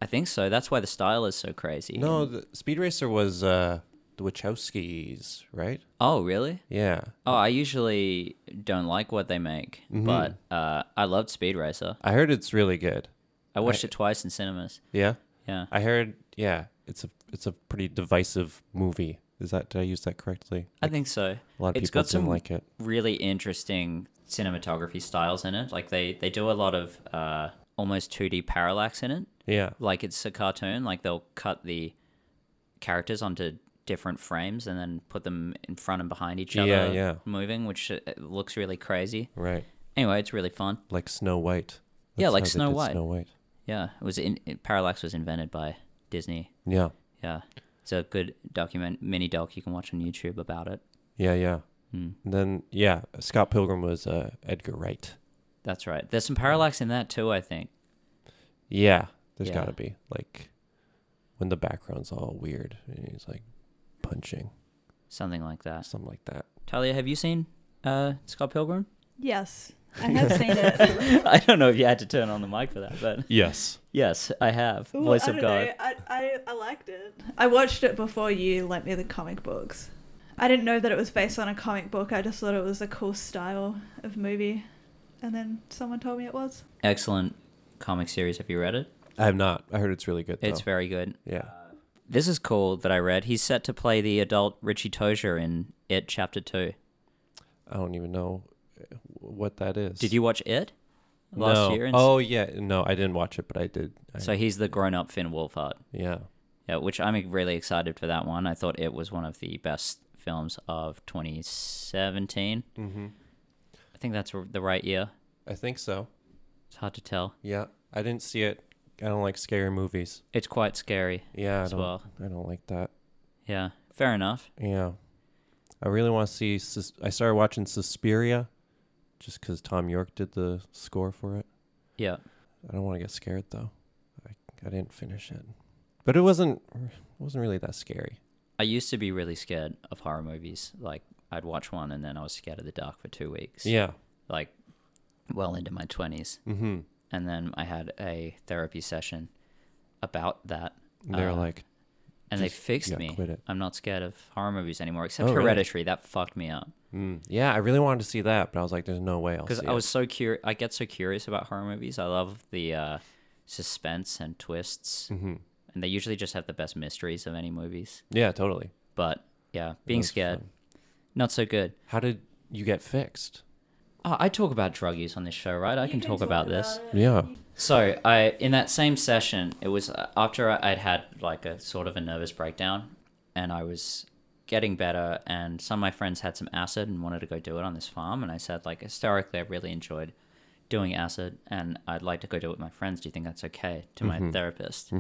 Speaker 2: I think so. That's why the style is so crazy.
Speaker 3: No, the Speed Racer was uh, the Wachowskis, right?
Speaker 2: Oh, really?
Speaker 3: Yeah.
Speaker 2: Oh, I usually don't like what they make,
Speaker 3: Mm-hmm.
Speaker 2: but uh, I loved Speed Racer.
Speaker 3: I heard it's really good.
Speaker 2: I watched it twice in cinemas.
Speaker 3: Yeah.
Speaker 2: Yeah.
Speaker 3: I heard. Yeah, it's a it's a pretty divisive movie. Is that did I use that correctly?
Speaker 2: I think so.
Speaker 3: A lot of
Speaker 2: It's
Speaker 3: people
Speaker 2: got some
Speaker 3: didn't like it.
Speaker 2: really interesting cinematography styles in it. Like they they do a lot of uh, almost two D parallax in it.
Speaker 3: Yeah.
Speaker 2: Like it's a cartoon. Like they'll cut the characters onto different frames and then put them in front and behind each other,
Speaker 3: Yeah, yeah.
Speaker 2: moving, which uh, looks really crazy.
Speaker 3: Right.
Speaker 2: Anyway, it's really fun.
Speaker 3: Like Snow White.
Speaker 2: Yeah, like
Speaker 3: how they
Speaker 2: Snow
Speaker 3: did
Speaker 2: White.
Speaker 3: Snow White.
Speaker 2: Yeah, it was in it- parallax was invented by Disney.
Speaker 3: Yeah.
Speaker 2: Yeah, it's a good document mini doc you can watch on YouTube about it. Mm,
Speaker 3: Yeah. Yeah. And then yeah, Scott Pilgrim was uh, Edgar Wright.
Speaker 2: That's right. There's some parallax in that too. I think.
Speaker 3: Yeah, there's
Speaker 2: Yeah.
Speaker 3: got to be like when the background's all weird and he's like punching
Speaker 2: Something like that.
Speaker 3: something like that.
Speaker 2: Talia, have you seen uh, Scott Pilgrim?
Speaker 1: Yes. I have seen it.
Speaker 2: I don't know if you had to turn on the mic for that, but
Speaker 3: Yes.
Speaker 2: yes, I have.
Speaker 1: Ooh,
Speaker 2: Voice
Speaker 1: I
Speaker 2: of
Speaker 1: don't
Speaker 2: God.
Speaker 1: Know. I, I, I liked it. I watched it before you lent me the comic books. I didn't know that it was based on a comic book. I just thought it was a cool style of movie. And then someone told me it was.
Speaker 2: Excellent comic series. Have you read it?
Speaker 3: I have not. I heard it's really good. Though.
Speaker 2: It's uh, very good.
Speaker 3: yeah.
Speaker 2: This is cool that I read. He's set to play the adult Richie Tozier in It Chapter 2.
Speaker 3: I don't even know uh, what that is.
Speaker 2: Did you watch It
Speaker 3: no.
Speaker 2: last year? And-
Speaker 3: Oh yeah. No, I didn't watch it, but I did. I,
Speaker 2: So he's the grown up Finn Wolfhard.
Speaker 3: yeah.
Speaker 2: Yeah, which I'm really excited for that one. I thought it was one of the best films of 2017. Mm-hmm. I think that's r- the right year.
Speaker 3: I think so.
Speaker 2: It's hard to tell.
Speaker 3: Yeah. I didn't see it. I don't like scary movies.
Speaker 2: It's quite scary.
Speaker 3: Yeah. I
Speaker 2: As
Speaker 3: don't,
Speaker 2: well.
Speaker 3: I don't like that.
Speaker 2: Yeah, fair enough.
Speaker 3: Yeah. I really want to see. Sus- I started watching Suspiria, just because Tom York did the score for it.
Speaker 2: Yeah.
Speaker 3: I don't want to get scared though. I, I didn't finish it, but it wasn't it wasn't really that scary.
Speaker 2: I used to be really scared of horror movies. Like, I'd watch one and then I was scared of the dark for two weeks.
Speaker 3: Yeah.
Speaker 2: Like, well into my 20s.
Speaker 3: Mm-hmm.
Speaker 2: And then I had a therapy session about that.
Speaker 3: They're
Speaker 2: Uh,
Speaker 3: like,
Speaker 2: and they
Speaker 3: just-
Speaker 2: fixed
Speaker 3: yeah,
Speaker 2: me.
Speaker 3: quit it.
Speaker 2: I'm not scared of horror movies anymore, except
Speaker 3: Oh, really?
Speaker 2: Hereditary. That fucked me up.
Speaker 3: mm, yeah, I really wanted to see that, but I was like, there's no way I'll
Speaker 2: because
Speaker 3: see
Speaker 2: I was so curious. I get so curious about horror movies. I love the uh, suspense and twists,
Speaker 3: Mhm.
Speaker 2: and they usually just have the best mysteries of any movies.
Speaker 3: it. Yeah, totally.
Speaker 2: But yeah, being
Speaker 3: That's
Speaker 2: scared,
Speaker 3: fun.
Speaker 2: not so good.
Speaker 3: How did you get fixed?
Speaker 2: Oh, I talk about drug use on this show, right? I can, talk, about, this.
Speaker 3: Yeah.
Speaker 2: So I, in that same session, it was uh, after I- I'd had like a sort of a nervous breakdown, and I was getting better. And some of my friends had some acid and wanted to go do it on this farm. And I said, like, historically, I really enjoyed doing acid, and I'd like to go do it with my friends. Do you think that's okay? To my therapist,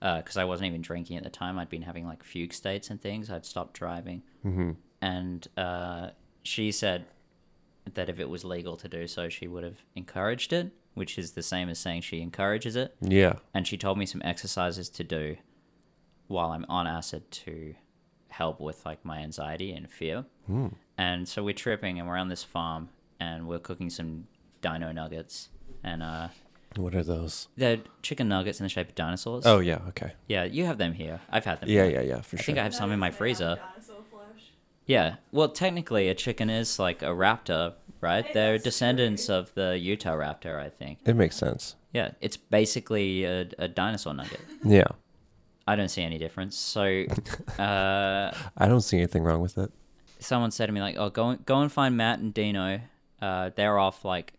Speaker 2: because I wasn't even drinking at the time. I'd been having like fugue states and things. I'd stopped driving, and uh, she said, that if it was legal to do so, she would have encouraged it, which is the same as saying she encourages it.
Speaker 3: Yeah.
Speaker 2: And she told me some exercises to do while I'm on acid to help with like my anxiety and fear.
Speaker 3: Hmm.
Speaker 2: And so we're tripping and we're on this farm and we're cooking some dino nuggets and uh,
Speaker 3: What are those?
Speaker 2: they're chicken nuggets in the shape of dinosaurs.
Speaker 3: Oh yeah. Okay.
Speaker 2: yeah, you have them here. I've had them.
Speaker 3: Yeah,
Speaker 2: here.
Speaker 3: yeah, yeah. For
Speaker 2: I
Speaker 3: sure.
Speaker 2: think I have some in my freezer. Yeah. Well, technically, a chicken is like a raptor, right? They're descendants of the Utah raptor, I think.
Speaker 3: it makes sense.
Speaker 2: Yeah. It's basically a, a dinosaur nugget.
Speaker 3: Yeah.
Speaker 2: I don't see any difference. So, uh,
Speaker 3: I don't see anything wrong with it.
Speaker 2: someone said to me like, "Oh, go and- go and find Matt and Dino. Uh, they're off like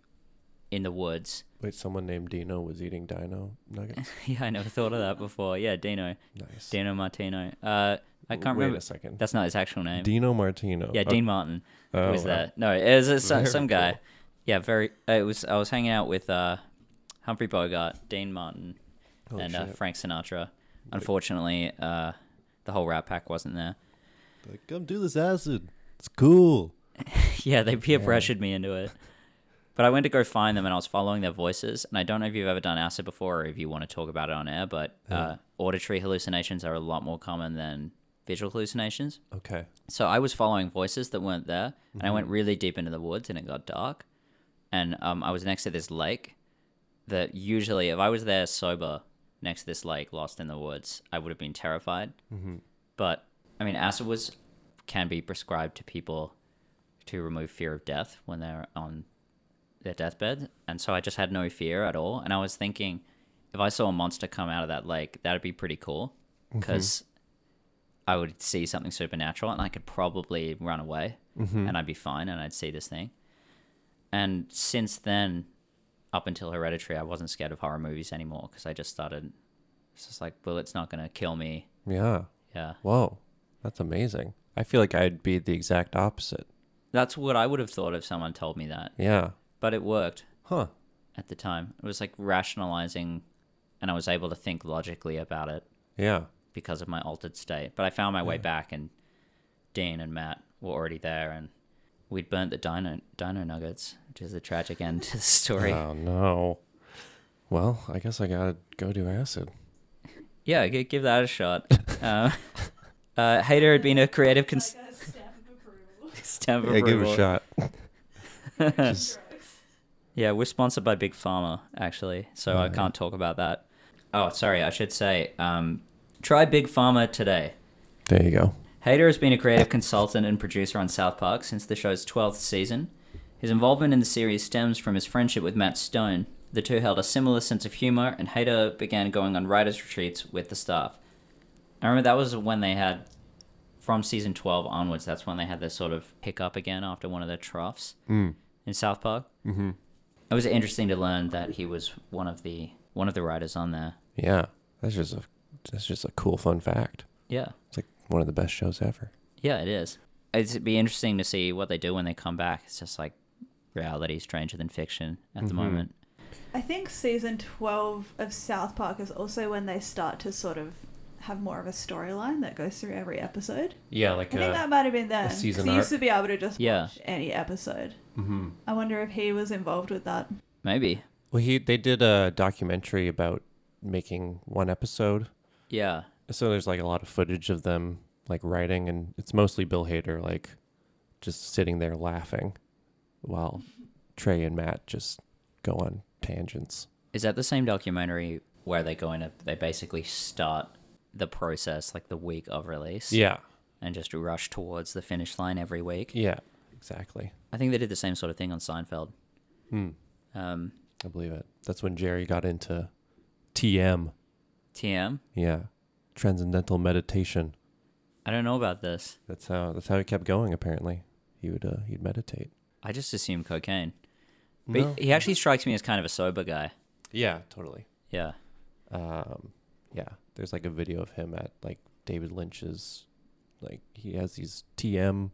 Speaker 2: in the woods."
Speaker 3: Wait, someone named Dino was eating dino nuggets.
Speaker 2: yeah, I never thought of that before. Yeah, Dino,
Speaker 3: Nice.
Speaker 2: Dino Martino. Uh, I can't
Speaker 3: Wait
Speaker 2: remember.
Speaker 3: a second.
Speaker 2: That's not his actual name.
Speaker 3: Dino Martino.
Speaker 2: Yeah,
Speaker 3: Oh,
Speaker 2: Dean Martin
Speaker 3: Oh,
Speaker 2: was
Speaker 3: wow.
Speaker 2: there. No, it was uh, some,
Speaker 3: Very
Speaker 2: some guy.
Speaker 3: cool.
Speaker 2: Yeah, very. Uh, it was. I was hanging out with uh, Humphrey Bogart, Dean Martin,
Speaker 3: Holy
Speaker 2: and uh,
Speaker 3: Oh, shit.
Speaker 2: Frank Sinatra. Unfortunately, uh, the whole Rat Pack wasn't there.
Speaker 3: Like, come do this acid. It's cool.
Speaker 2: yeah, they peer pressured me into it. But I went to go find them, and I was following their voices. And I don't know if you've ever done acid before, or if you want to talk about it on air. But uh, auditory hallucinations are a lot more common than visual hallucinations.
Speaker 3: Okay.
Speaker 2: so I was following voices that weren't there, and I went really deep into the woods, and it got dark, and um, I was next to this lake. That usually, if I was there sober next to this lake, lost in the woods, I would have been terrified. But I mean, acid was can be prescribed to people to remove fear of death when they're on their deathbed, and so I just had no fear at all. And I was thinking, if I saw a monster come out of that lake, that'd be pretty cool because I would see something supernatural and I could probably run away and I'd be fine and I'd see this thing. And since then, up until Hereditary, I wasn't scared of horror movies anymore because I just started. It's just like, well, it's not gonna kill me.
Speaker 3: Yeah.
Speaker 2: Yeah,
Speaker 3: Whoa. That's amazing. I feel like I'd be the exact opposite.
Speaker 2: that's what I would have thought if someone told me that,
Speaker 3: Yeah.
Speaker 2: but it worked.
Speaker 3: Huh.
Speaker 2: at the time. It was like rationalizing, and I was able to think logically about it
Speaker 3: Yeah.
Speaker 2: because of my altered state. But I found my way back, and Dean and Matt were already there, and we'd burnt the dino, dino nuggets, which is a tragic end to the story.
Speaker 3: Oh no. Well, I guess I gotta go do acid.
Speaker 2: Yeah, gi- give that a shot. uh, uh, Hater had been a creative cons- stamp of approval.
Speaker 3: Yeah, give it a shot. Just
Speaker 2: Yeah, we're sponsored by Big Pharma, actually, so I can't talk about that. Oh, sorry, I should say, um, try Big Pharma today.
Speaker 3: There you go.
Speaker 2: Hayter has been a creative consultant and producer on South Park since the show's 12th season. His involvement in the series stems from his friendship with Matt Stone. The two held a similar sense of humor, and Hayter began going on writers' retreats with the staff. I remember that was when they had, from season 12 onwards, that's when they had this sort of pickup again after one of their troughs in South Park. Mm-hmm. It was interesting to learn that he was one of the one of the writers on there.
Speaker 3: Yeah, that's just a that's just a cool fun fact.
Speaker 2: Yeah.
Speaker 3: It's like one of the best shows ever.
Speaker 2: Yeah, it is. It's, it'd be interesting to see what they do when they come back. It's just like reality is stranger than fiction at
Speaker 3: Mm-hmm.
Speaker 2: the moment.
Speaker 1: I think season 12 of South Park is also when they start to sort of have more of a storyline that goes through every episode.
Speaker 3: Yeah, like uh,
Speaker 1: I think that might have been then. 'cause
Speaker 3: season
Speaker 1: He used
Speaker 3: arc.
Speaker 1: to be able to just
Speaker 2: Yeah.
Speaker 1: watch any episode. Mm-hmm. I wonder if he was involved with that.
Speaker 2: Maybe.
Speaker 3: well, he they did a documentary about making one episode.
Speaker 2: Yeah.
Speaker 3: So there's like a lot of footage of them like writing, and it's mostly Bill Hader like just sitting there laughing, while Trey and Matt just go on tangents.
Speaker 2: Is that the same documentary where they go in, a, they basically start the process like the week of release
Speaker 3: Yeah,
Speaker 2: and just rush towards the finish line every week?
Speaker 3: yeah, exactly. Hmm,
Speaker 2: I think they did the same sort of thing on Seinfeld. Um,
Speaker 3: I believe it. That's when Jerry got into TM.
Speaker 2: TM?
Speaker 3: Yeah, transcendental meditation.
Speaker 2: I don't know about this.
Speaker 3: That's how that's how he kept going. Apparently, he would uh, he'd meditate.
Speaker 2: I just assume cocaine. But
Speaker 3: No.
Speaker 2: he, he actually strikes me as kind of a sober guy.
Speaker 3: Yeah, totally.
Speaker 2: Yeah.
Speaker 3: Um, yeah, there's like a video of him at like David Lynch's, like he has these TM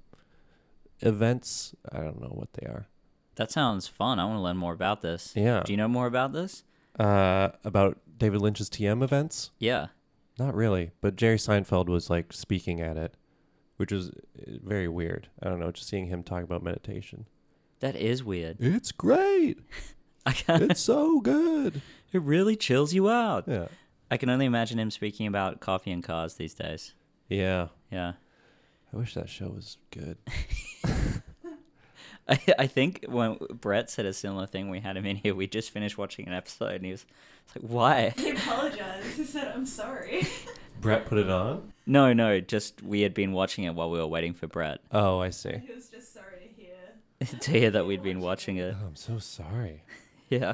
Speaker 3: events. I don't know what they are.
Speaker 2: That sounds fun. I want to learn more about this.
Speaker 3: Yeah.
Speaker 2: Do you know more about this?
Speaker 3: Uh, about David Lynch's TM events?
Speaker 2: Yeah.
Speaker 3: Not really, but Jerry Seinfeld was like speaking at it, which was uh, very weird. I don't know, just seeing him talk about meditation.
Speaker 2: That is weird.
Speaker 3: It's great.
Speaker 2: I can
Speaker 3: It's so good.
Speaker 2: it really chills you out.
Speaker 3: Yeah.
Speaker 2: I can only imagine him speaking about coffee and cars these days.
Speaker 3: Yeah.
Speaker 2: Yeah.
Speaker 3: I wish that show was good.
Speaker 2: I, I think when Brett said a similar thing, we had him in here. We just finished watching an episode and he was it's like, why?
Speaker 1: He apologized. He said, I'm sorry.
Speaker 3: Brett put it on?
Speaker 2: No, no, just we had been watching it while we were waiting for Brett
Speaker 3: Oh, I see.
Speaker 1: he was just sorry to hear.
Speaker 2: to hear that we'd been watching it.
Speaker 3: I'm so sorry.
Speaker 2: Yeah.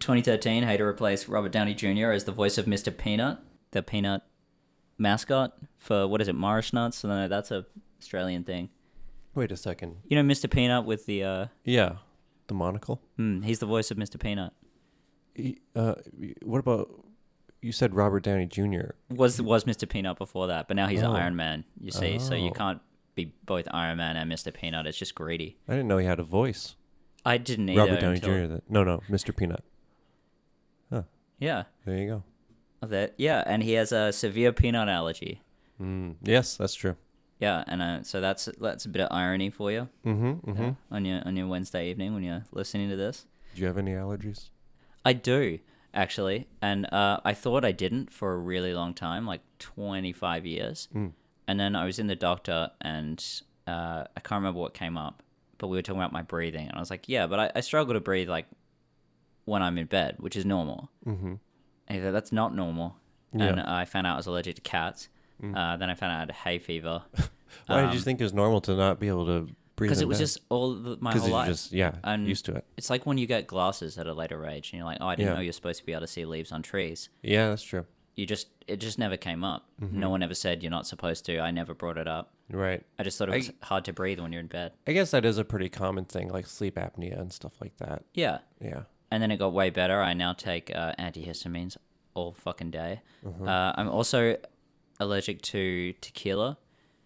Speaker 2: 2013, Hayter replaced Robert Downey Jr. as the voice of Mr. Peanut, the Peanut mascot for, what is it, Morris Nuts? So, no, that's a Australian thing.
Speaker 3: Wait a second.
Speaker 2: You know Mr. Peanut with the, uh,
Speaker 3: Yeah, the monocle.
Speaker 2: hmm, he's the voice of Mr. Peanut.
Speaker 3: He- uh, what about you said Robert Downey Jr.
Speaker 2: Was was Mr. Peanut before that, but now he's
Speaker 3: Oh.
Speaker 2: Iron Man, you see, so you
Speaker 3: Oh.
Speaker 2: can't be both Iron Man and Mr. Peanut. It's just greedy.
Speaker 3: I didn't know he had a voice.
Speaker 2: I didn't either.
Speaker 3: Robert Downey
Speaker 2: until-
Speaker 3: Jr. That, no, no, Mr. Peanut.
Speaker 2: Yeah.
Speaker 3: There you go.
Speaker 2: That, yeah, and he has a severe peanut allergy.
Speaker 3: Mm, yes, that's true.
Speaker 2: Yeah, and uh, so that's that's a bit of irony for you.
Speaker 3: Mm-hmm, mm-hmm.
Speaker 2: Yeah, on your on your Wednesday evening when you're listening to this.
Speaker 3: Do you have any allergies?
Speaker 2: I do actually, and uh, I thought I didn't for a really long time, like 25 years,
Speaker 3: Hmm.
Speaker 2: and then I was in the doctor, and uh, I can't remember what came up, but we were talking about my breathing, and I was like, yeah, but I, I struggle to breathe like when I'm in bed, which is normal. Mm-hmm. And he's like, that's not normal. And I found out I was allergic to cats.
Speaker 3: Mm.
Speaker 2: Uh, then I found out I had hay fever
Speaker 3: Why did you think it was normal to not be able to breathe?
Speaker 2: Um, because it
Speaker 3: in
Speaker 2: was
Speaker 3: bed?
Speaker 2: just all the, my
Speaker 3: 'Cause
Speaker 2: whole
Speaker 3: you
Speaker 2: life.
Speaker 3: just yeah
Speaker 2: And-
Speaker 3: used to it.
Speaker 2: It's like when you get glasses at a later age and you're like, oh, I didn't
Speaker 3: Yeah.
Speaker 2: know you're supposed to be able to see leaves on trees.
Speaker 3: Yeah, that's true.
Speaker 2: You just, it just never came up. No one ever said you're not supposed to. I never brought it up.
Speaker 3: Right.
Speaker 2: I just thought it
Speaker 3: I-
Speaker 2: was hard to breathe when you're in bed.
Speaker 3: I guess that is a pretty common thing, like sleep apnea and stuff like that.
Speaker 2: Yeah.
Speaker 3: Yeah.
Speaker 2: And then it got way better. I now take uh, antihistamines all fucking day. Uh, I'm also allergic to tequila.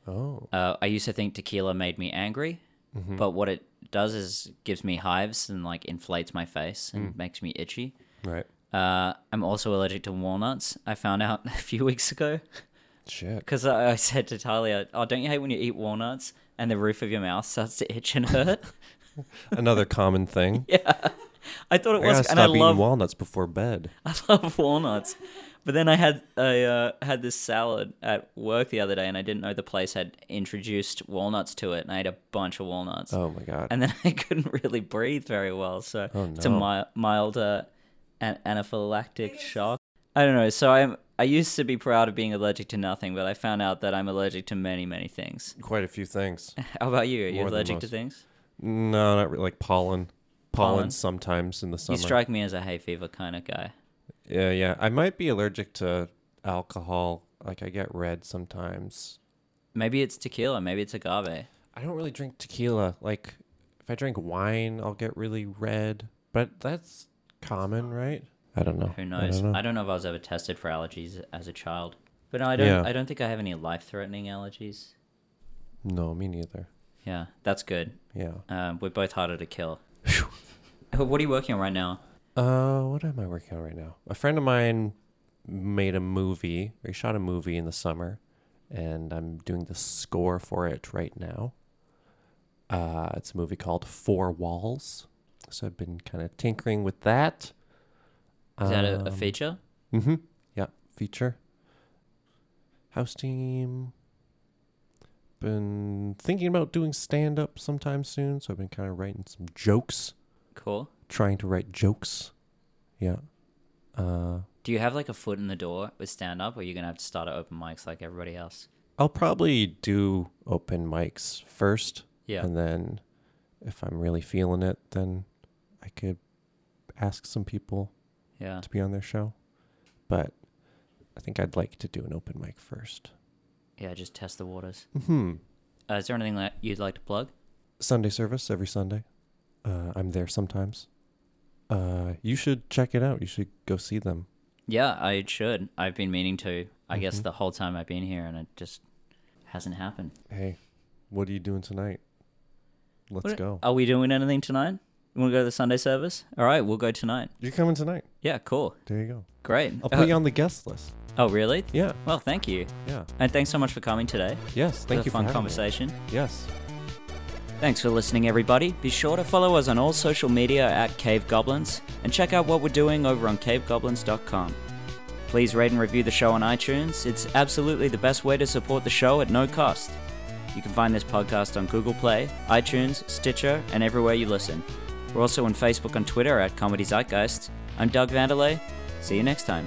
Speaker 3: Oh.
Speaker 2: Uh, I used to think tequila made me angry, but what it does is gives me hives and like inflates my face and makes me itchy.
Speaker 3: Right.
Speaker 2: Uh, I'm also allergic to walnuts. I found out a few weeks ago
Speaker 3: Shit.
Speaker 2: because I, I said to Talia, "Oh, don't you hate when you eat walnuts and the roof of your mouth starts to itch and hurt?"
Speaker 3: Another common thing. yeah.
Speaker 2: I thought it
Speaker 3: I gotta
Speaker 2: was,
Speaker 3: stop
Speaker 2: and I
Speaker 3: eating
Speaker 2: love
Speaker 3: walnuts before bed.
Speaker 2: I love walnuts. But then I had I uh, had this salad at work the other day, and I didn't know the place had introduced walnuts to it, and I ate a bunch of walnuts.
Speaker 3: Oh my god.
Speaker 2: And then I couldn't really breathe very well, so it's a
Speaker 3: Oh, no.
Speaker 2: mi- mild uh, an- anaphylactic shock. I don't know. So I'm I used to be proud of being allergic to nothing, but I found out that I'm allergic to many many things.
Speaker 3: Quite a few things.
Speaker 2: How about you? Are you
Speaker 3: More than
Speaker 2: allergic to
Speaker 3: most.
Speaker 2: things?
Speaker 3: No, not really. like pollen. Pollen,
Speaker 2: Pollen?
Speaker 3: sometimes in the summer.
Speaker 2: You strike me as a hay fever kind of guy.
Speaker 3: yeah, yeah. I might be allergic to alcohol. Like I get red sometimes.
Speaker 2: Maybe it's tequila. Maybe it's agave.
Speaker 3: I don't really drink tequila. Like if I drink wine, I'll get really red. But that's common, right? I don't know.
Speaker 2: Who knows?
Speaker 3: I don't know.
Speaker 2: know if I was ever tested for allergies as a child, but I don't.
Speaker 3: Yeah.
Speaker 2: I don't think I have any life-threatening allergies.
Speaker 3: no, me neither.
Speaker 2: Yeah, that's good.
Speaker 3: Yeah.
Speaker 2: Um, we're both harder to kill. Uh, what are you working on right now?
Speaker 3: Uh, what am I working on right now? A friend of mine made a movie. Or he shot a movie in the summer, and I'm doing the score for it right now. Uh, it's a movie called Four Walls. So I've been kind of tinkering with that. Um,
Speaker 2: Is that a, a feature?
Speaker 3: Mm-hmm. Yeah, feature. House team. Been thinking about doing stand up sometime soon, so I've been kind of writing some jokes,
Speaker 2: Cool.
Speaker 3: trying to write jokes. Yeah. Uh,
Speaker 2: Do you have like a foot in the door with stand-up, or you're gonna have to start at open mics like everybody else?
Speaker 3: I'll probably do open mics first.
Speaker 2: Yeah.
Speaker 3: And then if I'm really feeling it, then I could ask some people
Speaker 2: Yeah.
Speaker 3: to be on their show. But I think I'd like to do an open mic first.
Speaker 2: Yeah. Just test the waters.
Speaker 3: Hmm.
Speaker 2: Uh, is there anything that you'd like to plug?
Speaker 3: Sunday service every Sunday. Uh, I'm there sometimes. Uh, you should check it out. You should go see them.
Speaker 2: Yeah, I should. I've been meaning to. I guess
Speaker 3: Mm-hmm.
Speaker 2: the whole time I've been here, and it just hasn't happened.
Speaker 3: Hey, what are you doing tonight? Let's
Speaker 2: What-
Speaker 3: go.
Speaker 2: Are we doing anything tonight? You want to go to the Sunday service? All right, we'll go tonight.
Speaker 3: You're coming tonight.
Speaker 2: Yeah, cool.
Speaker 3: There you go.
Speaker 2: Great. Uh,
Speaker 3: I'll put you on the guest list.
Speaker 2: Oh, really?
Speaker 3: Uh, Yeah.
Speaker 2: Well, thank you.
Speaker 3: Yeah.
Speaker 2: And thanks so much for coming today. It
Speaker 3: Yes.
Speaker 2: was
Speaker 3: Thank
Speaker 2: a
Speaker 3: you for
Speaker 2: fun
Speaker 3: having me.
Speaker 2: conversation.
Speaker 3: Yes.
Speaker 2: Thanks for listening, everybody. Be sure to follow us on all social media at Cave Goblins and check out what we're doing over on cavegoblins.com. Please rate and review the show on iTunes. It's absolutely the best way to support the show at no cost. You can find this podcast on Google Play, iTunes, Stitcher, and everywhere you listen. We're also on Facebook and Twitter at Comedy Zeitgeist. I'm Doug Vanderlei. See you next time.